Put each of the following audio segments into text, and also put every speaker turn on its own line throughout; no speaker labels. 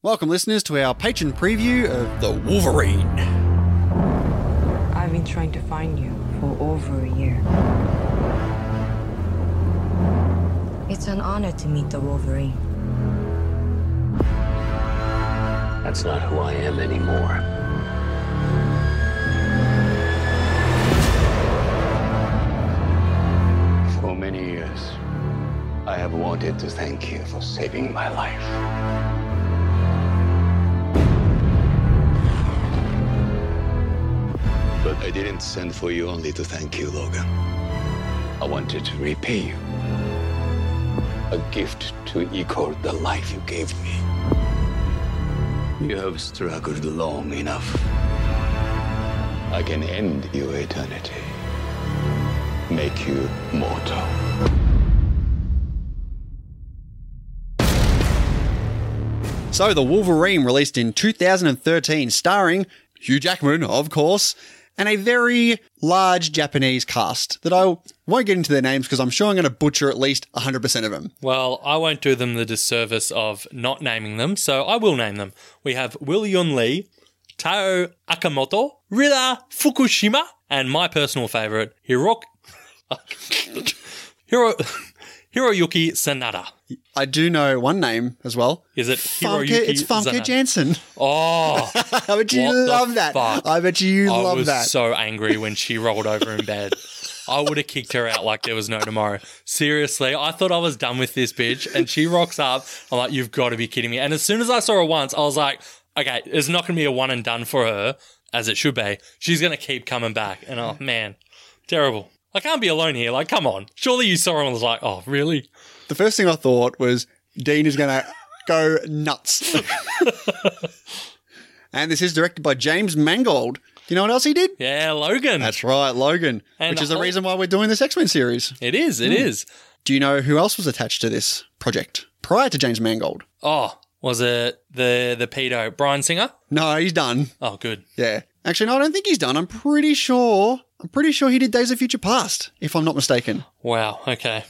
Welcome, listeners, to our patron preview of The Wolverine.
I've been trying to find you for over a year. It's an honor to meet the Wolverine.
That's not who I am anymore. For many years, I have wanted to thank you for saving my life. But I didn't send for you only to thank you, Logan. I wanted to repay you. A gift to equal the life you gave me. You have struggled long enough. I can end your eternity, make you mortal.
So, The Wolverine released in 2013, starring Hugh Jackman, of course, and a very large Japanese cast that I won't get into their names because I'm sure I'm going to butcher at least 100% of them.
Well, I won't do them the disservice of not naming them, so I will name them. We have Will Yun Lee, Tao Akamoto, Rila Fukushima, and my personal favorite, Hirok. Hiro- Hiroyuki Sanada.
I do know one name as well.
Is it
Funke?
Hiroyuki
It's Funke
Zanata?
Jansen.
Oh,
I bet you
What the
love that.
fuck?
I bet you
I
love
was
that.
so angry when she rolled over in bed. I would have kicked her out like there was no tomorrow. Seriously, I thought I was done with this bitch, and she rocks up. I'm like, you've got to be kidding me. And as soon as I saw her once, I was like, okay, it's not going to be a one and done for her, as it should be. She's going to keep coming back. And oh, man, terrible. I can't be alone here. Like, come on. Surely you saw her and was like, oh, really?
the first thing I thought was Dean is going to go nuts. and this is directed by James Mangold. Do you know what else he did?
Yeah, Logan.
That's right, Logan,
And
which
the
is the
whole-
reason why we're doing this X Men series.
it is.
Hmm.
It is.
Do you know who else was attached to this project prior to James Mangold?
Oh, was it the the pedo Brian Singer?
No, he's done.
Oh, good.
Yeah. Actually, no, I don't think he's done. I'm pretty sure. I'm pretty sure he did Days of Future Past, if I'm not mistaken.
Wow. Okay.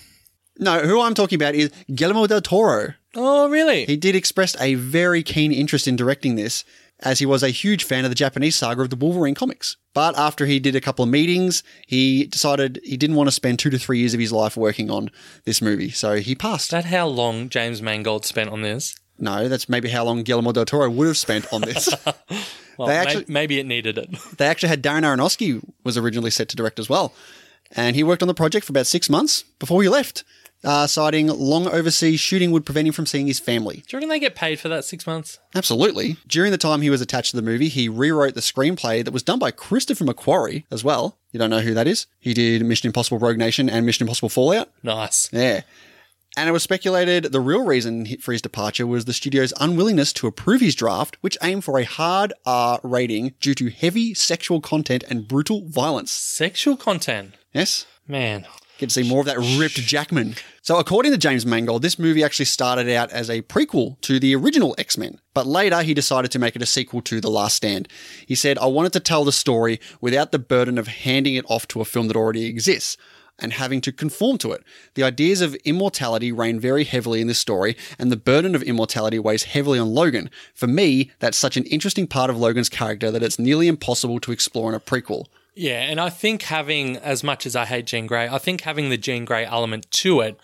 No, who I'm talking about is Guillermo del Toro.
Oh, really?
He did express a very keen interest in directing this, as he was a huge fan of the Japanese saga of the Wolverine comics. But after he did a couple of meetings, he decided he didn't want to spend two to three years of his life working on this movie, so he passed.
Is that how long James Mangold spent on this?
No, that's maybe how long Guillermo del Toro would have spent on this.
Well,
They
may-
actually-
maybe it needed it.
they actually had Darren Aronofsky was originally set to direct as well, and he worked on the project for about six months before he left, uh, citing long overseas shooting would prevent him from seeing his family.
Do you reckon they get paid for that six months?
Absolutely. During the time he was attached to the movie, he rewrote the screenplay that was done by Christopher McQuarrie as well. You don't know who that is? He did Mission Impossible Rogue Nation and Mission Impossible Fallout.
Nice.
Yeah. And it was speculated the real reason he- for his departure was the studio's unwillingness to approve his draft, which aimed for a hard R rating due to heavy sexual content and brutal violence.
Sexual content.
Yes?
Man.
Get to see more of that ripped Jackman. So, according to James Mangold, this movie actually started out as a prequel to the original X Men, but later he decided to make it a sequel to The Last Stand. He said, I wanted to tell the story without the burden of handing it off to a film that already exists and having to conform to it. The ideas of immortality reign very heavily in this story, and the burden of immortality weighs heavily on Logan. For me, that's such an interesting part of Logan's character that it's nearly impossible to explore in a prequel.
Yeah, and I think having, as much as I hate Jean Grey, I think having the Jean Grey element to it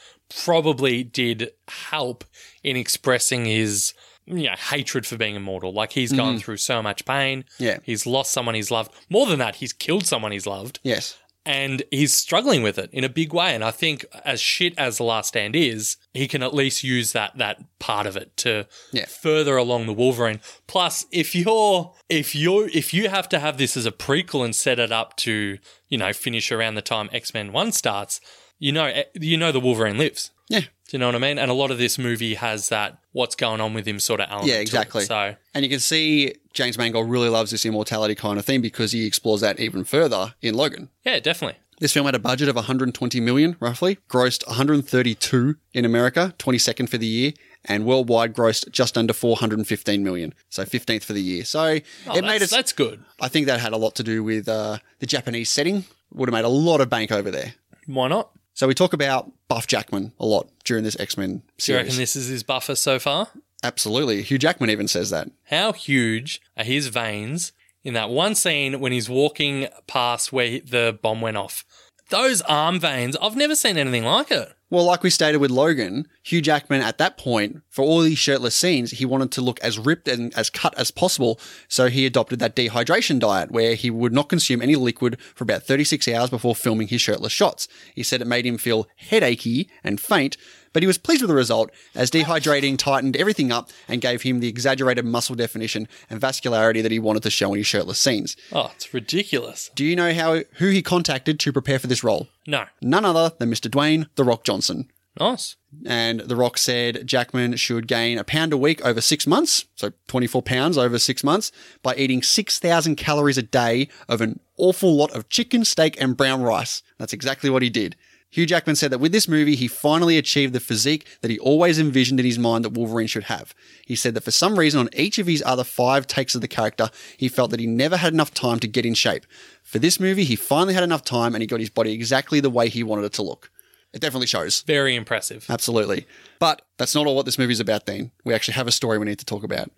probably did help in expressing his you know, hatred for being immortal. Like he's gone through so much pain.
Mm-hmm. Yeah.
He's lost someone he's loved. More than that, he's killed someone he's loved.
Yes.
and he's struggling with it in a big way. And I think, as shit as the Last Stand is, he can at least use that that part of it to
Yeah.
further along the Wolverine. Plus, if you're if you're if you have to have this as a prequel and set it up to you know finish around the time X Men One starts, you know eh, you know the Wolverine lives.
Yeah.
Do you know what I mean? And a lot of this movie has that what's going on with him sort of element.
Yeah,
to it.
exactly.
So
And you can see James Mangold really loves this immortality kind of thing because he explores that even further in Logan.
yeah, definitely.
This film had a budget of 120 million, roughly, grossed 132 in America, 22nd for the year, and worldwide grossed just under 415 million, so 15th for the year. So
Oh,
it
that's,
made us.
that's good.
I think that had a lot to do with uh, the Japanese setting. Would have made a lot of bank over there.
Why not?
So we talk about Buff Jackman a lot during this X Men
Do you reckon
series.
this is his buffer so far?
Absolutely. Hugh Jackman even says that.
How huge are his veins in that one scene when he's walking past where he- the bomb went off? Those arm veins, I've never seen anything like it.
Well, like we stated with Logan, Hugh Jackman at that point, for all these shirtless scenes, he wanted to look as ripped and as cut as possible. So he adopted that dehydration diet where he would not consume any liquid for about 36 hours before filming his shirtless shots. He said it made him feel headachy and faint, but he was pleased with the result as dehydrating tightened everything up and gave him the exaggerated muscle definition and vascularity that he wanted to show in his shirtless scenes.
Oh, it's ridiculous.
Do you know how who he contacted to prepare for this role?
No.
None other than Mr. Dwayne The Rock Johnson.
Nice.
And The Rock said Jackman should gain a pound a week over six months, so 24 pounds over six months, by eating 6,000 calories a day of an awful lot of chicken, steak, and brown rice. That's exactly what he did. Hugh Jackman said that with this movie, he finally achieved the physique that he always envisioned in his mind that Wolverine should have. He said that for some reason, on each of his other five takes of the character, he felt that he never had enough time to get in shape. For this movie, he finally had enough time and he got his body exactly the way he wanted it to look. It definitely shows.
Very impressive.
Absolutely. But that's not all what this movie's about, then. We actually have a story we need to talk about.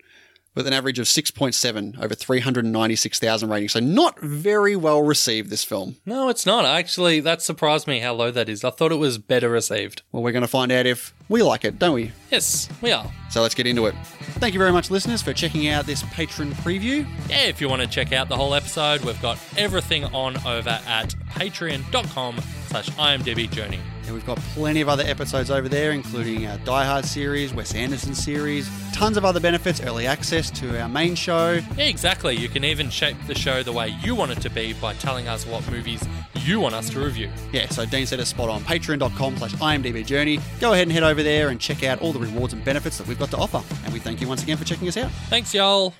With an average of 6.7 over 396,000 ratings. So, not very well received, this film.
No, it's not. Actually, that surprised me how low that is. I thought it was better received.
Well, we're going to find out if we like it, don't we?
Yes, we are.
So, let's get into it. Thank you very much, listeners, for checking out this patron preview.
Yeah, if you want to check out the whole episode, we've got everything on over at patreon.com slash IMDB Journey.
And we've got plenty of other episodes over there, including our Die Hard series, Wes Anderson series, tons of other benefits, early access to our main show,
Yeah, exactly. You can even shape the show the way you want it to be by telling us what movies you want us to review.
Yeah, so Dean said it's spot on. Patreon.com slash IMDB Journey. Go ahead and head over there and check out all the rewards and benefits that we've got to offer. And we thank you once again for checking us out.
Thanks, y'all.